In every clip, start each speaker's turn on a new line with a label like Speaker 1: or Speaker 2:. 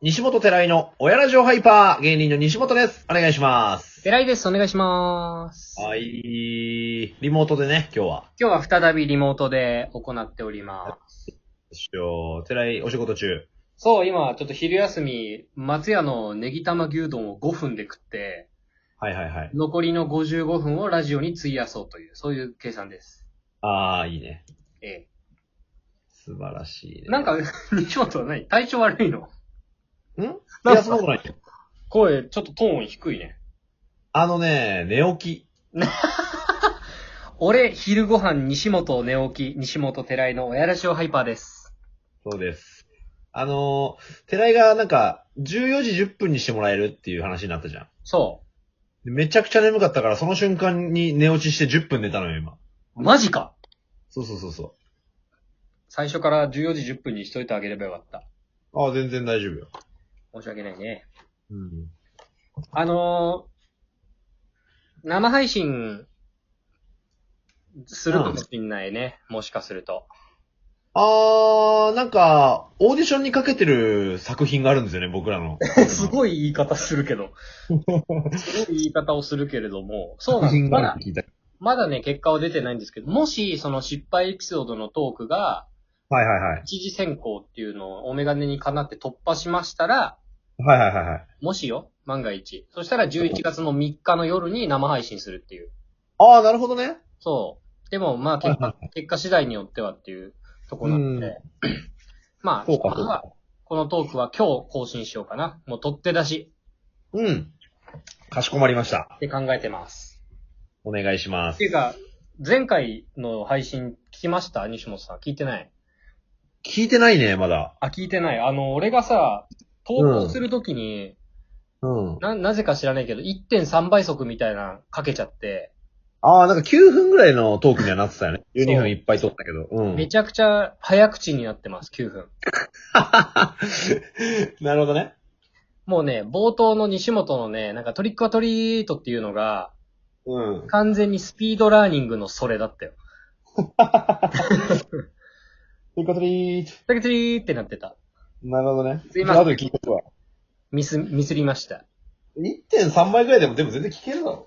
Speaker 1: 西本寺井の親ラジオハイパー、芸人の西本です。お願いします。
Speaker 2: 偉いです。お願いします。
Speaker 1: はい。リモートでね、今日は。
Speaker 2: 今日は再びリモートで行っております。
Speaker 1: 一応、寺井お仕事中。
Speaker 2: そう、今、ちょっと昼休み、松屋のネギ玉牛丼を5分で食って、
Speaker 1: はいはいはい。
Speaker 2: 残りの55分をラジオに費やそうという、そういう計算です。
Speaker 1: あー、いいね。
Speaker 2: え
Speaker 1: 素晴らしいね。
Speaker 2: え。なんか、 西本は何体調悪いの
Speaker 1: んいや、そんなことない。
Speaker 2: 声、ちょっとトーン低いね。
Speaker 1: あのね、寝起き。
Speaker 2: 俺、昼ご飯、西本寝起き、西本寺井の親ラジオハイパーです。
Speaker 1: そうです。あのー、寺井がなんか、14時10分にしてもらえるっていう話になったじゃん。
Speaker 2: そ
Speaker 1: でめちゃくちゃ眠かったから、その瞬間に寝落ちして10分寝たのよ、今。
Speaker 2: う。マジか
Speaker 1: そうそうそうそ
Speaker 2: 最初から14時10分にしといてあげればよかった。
Speaker 1: う。あー、全然大丈夫よ。
Speaker 2: 申し訳ないね。
Speaker 1: うん。
Speaker 2: あのー、生配信、するかもしんないね。もしかすると。
Speaker 1: あー、なんか、オーディションにかけてる作品があるんですよね、僕らの。
Speaker 2: すごい言い方するけど。すごい言い方をするけれども。 そうなんです。まだ、
Speaker 1: 聞いた。
Speaker 2: まだね、結果は出てないんですけど、もし、その失敗エピソードのトークが、
Speaker 1: はいはいはい。
Speaker 2: 一次選考っていうのをお眼鏡にかなって突破しましたら、
Speaker 1: はいはいはいはい。
Speaker 2: もしよ、万が一。そしたら11月の3日の夜に生配信するっていう。
Speaker 1: あー、なるほどね。
Speaker 2: そう。でも、まあ、結果、結果次第によってはっていうとこなの
Speaker 1: うん
Speaker 2: で。 まあ、
Speaker 1: そうか
Speaker 2: ま
Speaker 1: そう
Speaker 2: ずは
Speaker 1: か。
Speaker 2: このトークは今日更新しようかな。もう取って出し
Speaker 1: うん。かしこまりました。
Speaker 2: って考えてます。
Speaker 1: お願いしま
Speaker 2: っ
Speaker 1: す
Speaker 2: てい。うか、前回の配信聞きました西本さん。聞いてない
Speaker 1: 聞いてないね、まだ。
Speaker 2: あ、聞いてない。あの、俺がさ、投稿するときに、
Speaker 1: うん。
Speaker 2: な、なぜか知らないけど、1.3倍速みたいなのかけちゃって、
Speaker 1: あー、なんか9分ぐらいのトークにはなってたよね。
Speaker 2: う
Speaker 1: 12分いっぱい撮ったけど。うん。
Speaker 2: めちゃくちゃ早口になってます、9分。
Speaker 1: なるほどね。
Speaker 2: もうね、冒頭の西本のね、なんかトリックはトリートっていうのが、
Speaker 1: うん。
Speaker 2: 完全にスピードラーニングのそれだったよ。
Speaker 1: ということでーす、
Speaker 2: トリトリーってなってた。
Speaker 1: なるほどね。
Speaker 2: すいません
Speaker 1: で聞いとくわ。
Speaker 2: ミス、ミスりました。
Speaker 1: 1.3倍ぐらいでも、でも全然聞けるだろ。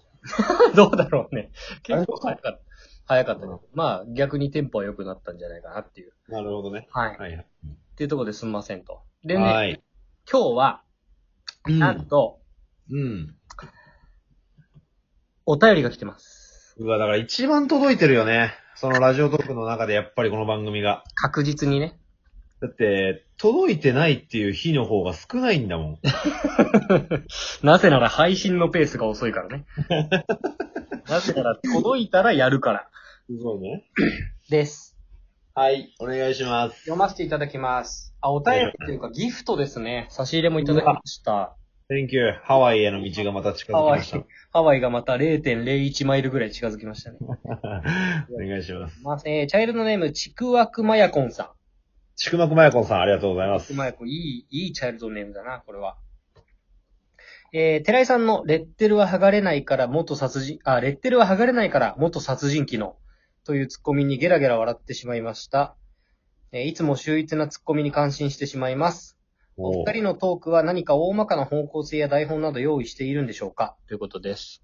Speaker 2: どうだろうね。結構
Speaker 1: あれ
Speaker 2: 早かった。早かった
Speaker 1: うん
Speaker 2: ね。まあ、逆にテンポは良くなったんじゃないかなっていう。
Speaker 1: なるほどね。
Speaker 2: はい。っ
Speaker 1: はいはい。
Speaker 2: ていうところですんませんと。で
Speaker 1: は
Speaker 2: ね、
Speaker 1: い。
Speaker 2: 今日は、
Speaker 1: うん
Speaker 2: なんと、
Speaker 1: うん。
Speaker 2: お便りが来てます。
Speaker 1: うわ、だから一番届いてるよね。そのラジオトークの中でやっぱりこの番組が。
Speaker 2: 確実にね。
Speaker 1: だって、届いてないっていう日の方が少ないんだもん。
Speaker 2: なぜなら配信のペースが遅いから ね。なぜなら届いたらやるから。
Speaker 1: すごいね。
Speaker 2: です。
Speaker 1: はい、お願いします。
Speaker 2: 読ませていただきます。あ、お便りというかギフトですね。差し入れもいただきました。
Speaker 1: Thank you. ハワイへの道がまた近づきまし
Speaker 2: ハハワイがまた0.01マイルぐらい近づきましたね。
Speaker 1: た。 お願いします。
Speaker 2: まあ、えーチャイルドネーム、ちくわくまやこんさ
Speaker 1: ちくまくまやこんさん、ありがとうございま
Speaker 2: ん。
Speaker 1: す。
Speaker 2: くまやこん、いい、いいチャイルドネームだな、これは。えー、寺井さんの、レッテルは剥がれないから元殺人、あ、レッテルは剥がれないから元殺人鬼の、というツッコミにゲラゲラ笑ってしまいました。えーいつも秀逸なツッコミに感心してしまいます。お
Speaker 1: お
Speaker 2: 二人のトークは何か大まかな方向性や台本など用意しているんでしょうかということです。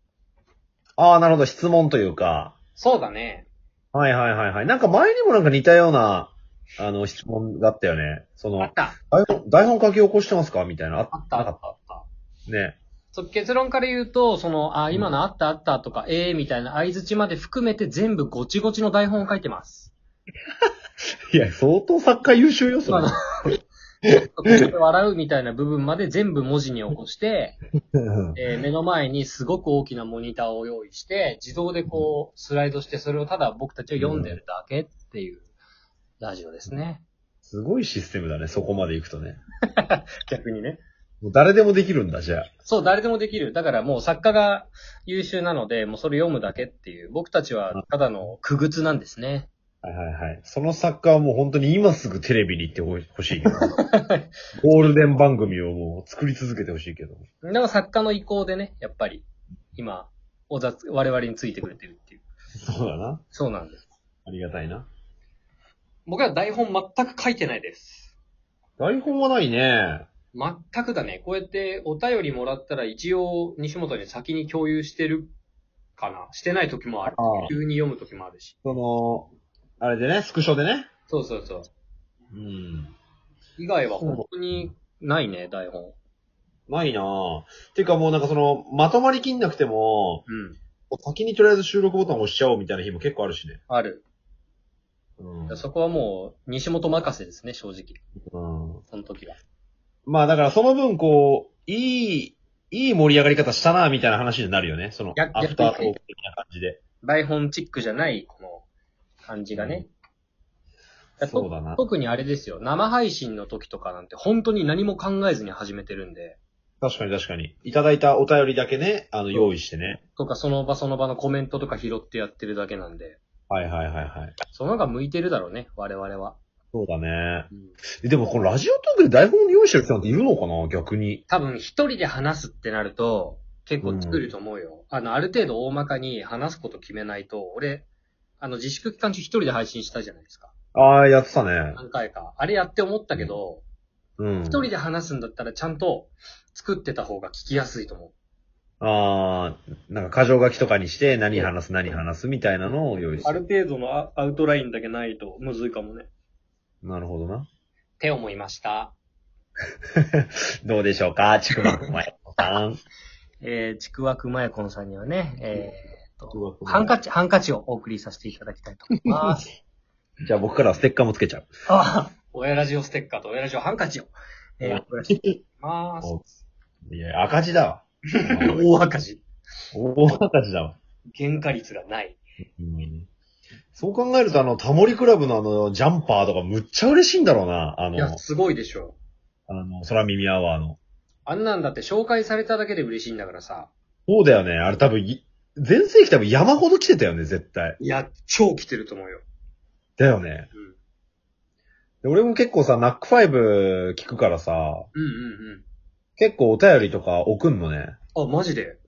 Speaker 1: ああ、なるほど、質問というか。
Speaker 2: そうだね。
Speaker 1: はいはいはいはい。なんか前にもなんか似たような、あの、質問があったよね。そ
Speaker 2: あ
Speaker 1: の
Speaker 2: っ、た。
Speaker 1: 台本、台本書き起こしてますかみたいな。あ
Speaker 2: あった、あ
Speaker 1: なか
Speaker 2: った、
Speaker 1: っ
Speaker 2: あった。
Speaker 1: たね。
Speaker 2: そう結論から言うと、その、あ、今のあったあったとか、ええみたいな相づちまで含めて全部ごちごちの台本を書いてます。
Speaker 1: いや、相当作家優秀よ、そ
Speaker 2: 今
Speaker 1: れ
Speaker 2: の。、ちょっと笑うみたいな部分まで全部文字に起こして、
Speaker 1: うん
Speaker 2: えー目の前にすごく大きなモニターを用意して、自動でこう、スライドして、それをただ僕たちは読んでるだけっていうラジオですね。
Speaker 1: すごいシステムだね、そこまで行くとね。
Speaker 2: 逆にね。
Speaker 1: もう誰でもできるんだ、じゃあ。
Speaker 2: そう、誰でもできる。だからもう作家が優秀なので、もうそれ読むだけっていう、僕たちはただの苦靴なんですね。
Speaker 1: はいはいはい。その作家はもう本当に今すぐテレビに行ってほほしい けど。ゴールデン番組をもう作り続けてほしいけど。
Speaker 2: でも作家の意向でね、やっぱり、今、おざつ、我々についてくれてるっていう。
Speaker 1: そうだな。
Speaker 2: そうなんです。
Speaker 1: ありがたいな。
Speaker 2: 僕は台本全く書いてないです。
Speaker 1: 台本はないね。
Speaker 2: 全くだね。こうやってお便りもらったら一応西本に先に共有してるかな。してない時もある
Speaker 1: ああ。
Speaker 2: 急に読む時もあるし。
Speaker 1: その、あれでね、スクショでね。
Speaker 2: そうそうそう。
Speaker 1: うん。
Speaker 2: 以外は本当にないね、台本。
Speaker 1: ないなぁ。ていうかもうなんかその、まとまりきんなくても、
Speaker 2: うん。
Speaker 1: 先にとりあえず収録ボタン押しちゃおうみたいな日も結構あるしね。
Speaker 2: ある。
Speaker 1: うん。
Speaker 2: そこはもう、西本任せですね、正直。
Speaker 1: うん
Speaker 2: その時は。
Speaker 1: まあだからその分こう、いい、いい盛り上がり方したなぁみたいな話になるよね。その、
Speaker 2: 逆
Speaker 1: アフタートーク的な感じで。
Speaker 2: 台本チックじゃない、この、感じがね。だ
Speaker 1: そうだな。
Speaker 2: 特にあれですよ、生配信の時とかなんて本当に何も考えずに始めてるんで、
Speaker 1: 確かに確かに。いただいたお便りだけね、あの、用意してね。
Speaker 2: とかその場その場のコメントとか拾ってやってるだけなんで、
Speaker 1: はいはいはいはい。
Speaker 2: その方が向いてるだろうね、我々は。
Speaker 1: そうだね。
Speaker 2: うん
Speaker 1: えでもこのラジオトークで台本用意してる人なんているのかな逆に。
Speaker 2: 多分一人で話すってなると、結構作ると思うよ。あの、ある程度大まかに話すこと決めないと、俺、あの、自粛期間中一人で配信したじゃないですか。
Speaker 1: ああ、やってたね。
Speaker 2: 何回か。あれやって思ったけど、
Speaker 1: うん。
Speaker 2: 一、人で話すんだったらちゃんと作ってた方が聞きやすいと思う。
Speaker 1: ああ、なんか箇条書きとかにして、何話す何話すみたいなのを用意して
Speaker 2: ある程度のアアウトラインだけないとむずいかもね。っ
Speaker 1: なるほどな。
Speaker 2: て思いました。
Speaker 1: どうでしょうかちくまくまやこさん。
Speaker 2: えー、ちくわくまやこんさんにはね、えーっ
Speaker 1: ちくわ
Speaker 2: と
Speaker 1: く、まや
Speaker 2: ハンカチ、ハンカチをお送りさせていただきたいと思います。
Speaker 1: じゃあ僕からはステッカーもつけちゃう。
Speaker 2: あ親ラジオステッカーと親ラジオハンカチを、えー、送らせていただきます。
Speaker 1: いや、赤字だわ。
Speaker 2: 大赤字。
Speaker 1: 大赤字だわ。
Speaker 2: 原価率がない。
Speaker 1: うんそう考えると、あの、タモリクラブのあの、ジャンパーとかむっちゃ嬉しいんだろうな。あ
Speaker 2: い
Speaker 1: の、
Speaker 2: や、すごいでしょ。
Speaker 1: あの、空耳アワーの。
Speaker 2: あんなんだって紹介されただけで嬉しいんだからさ。
Speaker 1: そうだよね。あれ多分い、全盛期多分山ほど来てたよね、絶対。
Speaker 2: いや、超来てると思うよ。
Speaker 1: だよね。
Speaker 2: うん。
Speaker 1: で俺も結構さ、ナックファイブ聞くからさ、
Speaker 2: うんうん
Speaker 1: 結構お便りとか送んのね。
Speaker 2: うん。あ、マジで。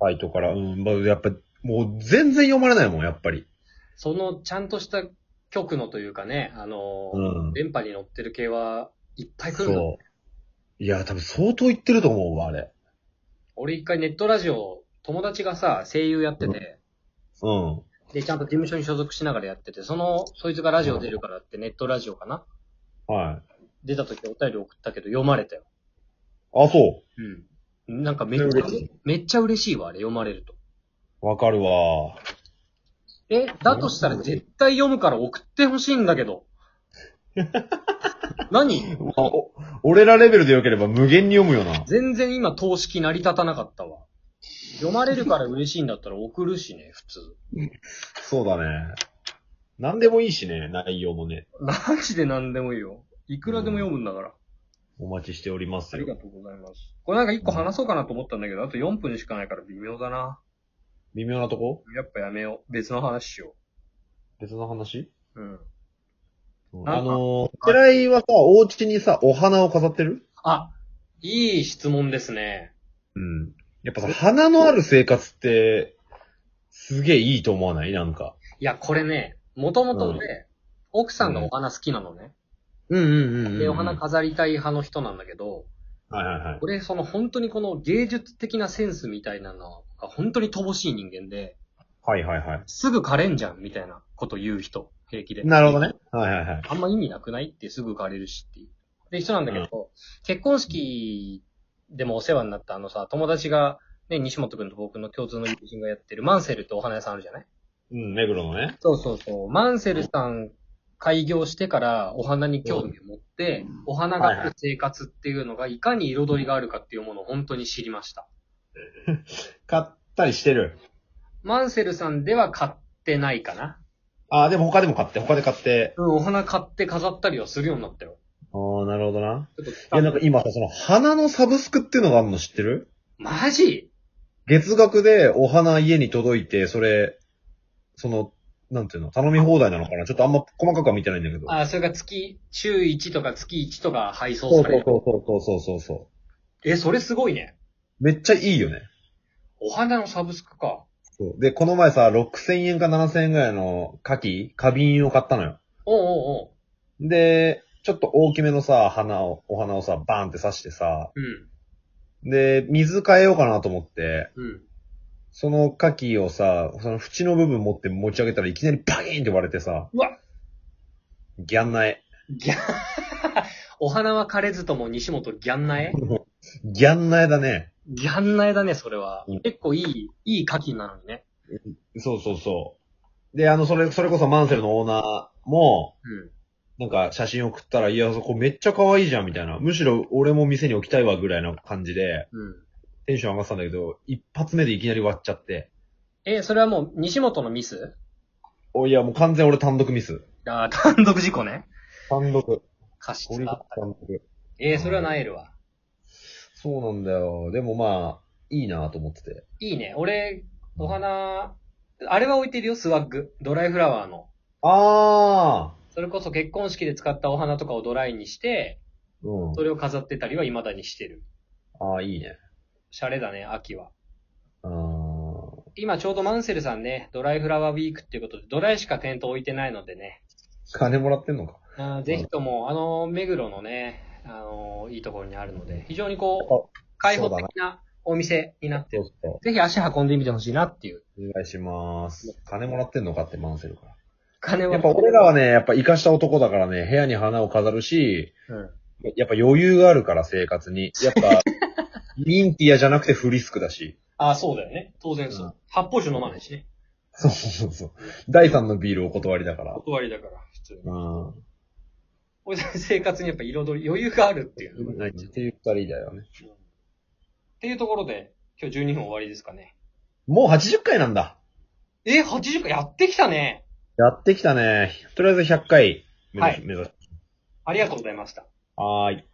Speaker 1: バイトから。うん、まあ、やっぱ、もう全然読まれないもん、やっぱり。
Speaker 2: その、ちゃんとした曲のというかね、あのー
Speaker 1: うん。
Speaker 2: 電波に乗ってる系はいっぱい来るの。
Speaker 1: そう。いや、多分相当言ってると思うわ、あれ。
Speaker 2: 俺一回ネットラジオ、友達がさ、声優やってて、
Speaker 1: うん。
Speaker 2: で、ちゃんと事務所に所属しながらやってて、その、そいつがラジオ出るからって、ネットラジオかな
Speaker 1: はい。
Speaker 2: 出た時お便り送ったけど読まれたよ。
Speaker 1: あ、そ
Speaker 2: うん。なんかめっちゃ
Speaker 1: 嬉しい、
Speaker 2: めっちゃ嬉しいわ、あれ読まれると。
Speaker 1: う。わかるわ。
Speaker 2: え、だとしたら絶対読むから送ってほしいんだ けど。何
Speaker 1: まあお俺らレベルで良ければ無限に読むよな。
Speaker 2: 全然今投式成り立たなかったわ。読まれるから嬉しいんだったら送るしね、普通。
Speaker 1: そうだね。何でもいいしね、内容もね。
Speaker 2: マジで何でもいいよ。いくらでも読むんだから。
Speaker 1: お待ちしております
Speaker 2: ありが
Speaker 1: よ。
Speaker 2: とうございます。これなんか一個話そうかなと思ったんだけど、あと4分しかないから微妙だな。
Speaker 1: 微妙なとこ
Speaker 2: やっぱやめよう。別の話しよ
Speaker 1: 別の話
Speaker 2: う。うん。
Speaker 1: うん
Speaker 2: なんか
Speaker 1: あのー、寺井はさ、お家にさ、お花を飾ってる
Speaker 2: あ、いい質問ですね。
Speaker 1: うん。やっぱさ、花のある生活って、すげえいいと思わないなんか。
Speaker 2: いや、これね、もともとね、奥さんがお花好きなのね。
Speaker 1: うんうんうん、
Speaker 2: で、お花飾りたい派の人なんだけど、
Speaker 1: はいはいはい。
Speaker 2: 俺、その本当にこの芸術的なセンスみたいなのが本当に乏しい人間で、
Speaker 1: はいはいはい。
Speaker 2: すぐ枯れんじゃんみたいなこと言う人、平気で。
Speaker 1: なるほどね。。はいはいはい。
Speaker 2: あんま意味なくないってすぐ枯れるしっていう。で、人なんだけど、結婚式でもお世話になったあのさ、友達が、ね、西本くんと僕の共通の友人がやってるマンセルってお花屋さんあるじゃない
Speaker 1: うん、目黒のね。
Speaker 2: そうそうそう。マンセルさん開業してからお花に興味を持って、お花がある生活っていうのがいかに彩りがあるかっていうものを本当に知りました。
Speaker 1: 買ったりしてる。
Speaker 2: マンセルさんでは買ってないかな。
Speaker 1: ああ、でも他でも買って、他で買って。
Speaker 2: うん、お花買って飾ったりはするようになったよ。
Speaker 1: ああ、なるほどな。
Speaker 2: ちょ
Speaker 1: い
Speaker 2: っと
Speaker 1: や、なんか今さ、その花のサブスクっていうのがあるの知ってる
Speaker 2: マジ
Speaker 1: 月額でお花家に届いて、それ、その、なんていうの、頼み放題なのかなちょっとあんま細かくは見てないんだけど。
Speaker 2: あ、それが月、週1とか月1とか配送
Speaker 1: そう
Speaker 2: さ
Speaker 1: そ
Speaker 2: れ
Speaker 1: う
Speaker 2: る。
Speaker 1: そうそうそうそうそ
Speaker 2: え、それすごいね。
Speaker 1: う。めっちゃいいよね。
Speaker 2: お花のサブスクか。
Speaker 1: そう。で、この前さ、6000円か7000円ぐらいの牡蠣、花瓶を買ったのよ。
Speaker 2: おうおうおう。
Speaker 1: で、ちょっと大きめのさ、花を、お花をさ、バーンって刺してさ、で、水変えようかなと思って、
Speaker 2: うん。うん。
Speaker 1: その牡蠣をさ、その縁の部分持って持ち上げたらいきなりバキーンって割れてさ、
Speaker 2: うわ
Speaker 1: ギャンナエ。
Speaker 2: ギャ、 お花は枯れずとも西本ギャン苗
Speaker 1: ギャンナエだね。
Speaker 2: ギャン苗だね、それは
Speaker 1: うん。
Speaker 2: 結構いい、いい牡蠣なのにね。
Speaker 1: そうそうそう。で、あの、それ、それこそマンセルのオーナーも、
Speaker 2: う
Speaker 1: な
Speaker 2: ん。
Speaker 1: んか写真送ったら、いや、そこめっちゃ可愛いじゃん、みたいな。むしろ俺も店に置きたいわ、ぐらいな感じで、
Speaker 2: うん。
Speaker 1: テンション上がってたんだけど、一発目でいきなり割っちゃって。
Speaker 2: え、それはもう西本のミス
Speaker 1: おいや、もう完全俺単独ミス。
Speaker 2: ああ、単独事故ね。
Speaker 1: 単独。
Speaker 2: 過失
Speaker 1: ゴリ
Speaker 2: があ
Speaker 1: ゴ
Speaker 2: っ
Speaker 1: リ
Speaker 2: た。
Speaker 1: 単独。
Speaker 2: えー、それはなえるわ。
Speaker 1: そうなんだよ。でもまあ、いいなと思ってて。
Speaker 2: いいね。俺、お花、あれは置いてるよ、スワッグ。ドライフラワーの。
Speaker 1: あ
Speaker 2: それこそ結婚式で使ったお花とかをドライにして、
Speaker 1: ーうん
Speaker 2: そ。れを飾ってたりは未だにしてる。
Speaker 1: ああ、いいね。
Speaker 2: シャレだね、秋は。
Speaker 1: あー
Speaker 2: 今ちょうどマンセルさんね、ドライフラワーウィークっていうことで、ドライしか店頭置いてないのでね、
Speaker 1: 金もらってんのか。
Speaker 2: あーぜひとも、あの、目黒のね、あの、いいところにあるので、非常にこう、開放的なお店になって
Speaker 1: そ
Speaker 2: る。
Speaker 1: うそ
Speaker 2: ぜひ足運んでみてほしいなっていう。
Speaker 1: う。お願いします。金もらってんのかってマンセルから。
Speaker 2: 金は。
Speaker 1: やっぱ俺らはね、やっぱ生かした男だからね、部屋に花を飾るし、
Speaker 2: うん。
Speaker 1: やっぱ余裕があるから生活に。やっ ぱ、ミンティアじゃなくてフリスクだし。
Speaker 2: あー、そうだよね。当然そう。
Speaker 1: うん
Speaker 2: 発泡酒飲まないしね。
Speaker 1: そうそうそう。第三のビールお断りだから。
Speaker 2: 断りだから、普通に。
Speaker 1: うん。
Speaker 2: 俺たち生活にやっぱ彩り、余裕があるっていうのが
Speaker 1: っ
Speaker 2: 大事
Speaker 1: ていう二人だよね。
Speaker 2: うんっていうところで、今日12分終わりですかね。
Speaker 1: もう80回なんだ。
Speaker 2: え、80回やってきたね。
Speaker 1: やってきたね。とりあえず100回目指し
Speaker 2: はい
Speaker 1: 目指し
Speaker 2: ありがとうございました。
Speaker 1: はーい。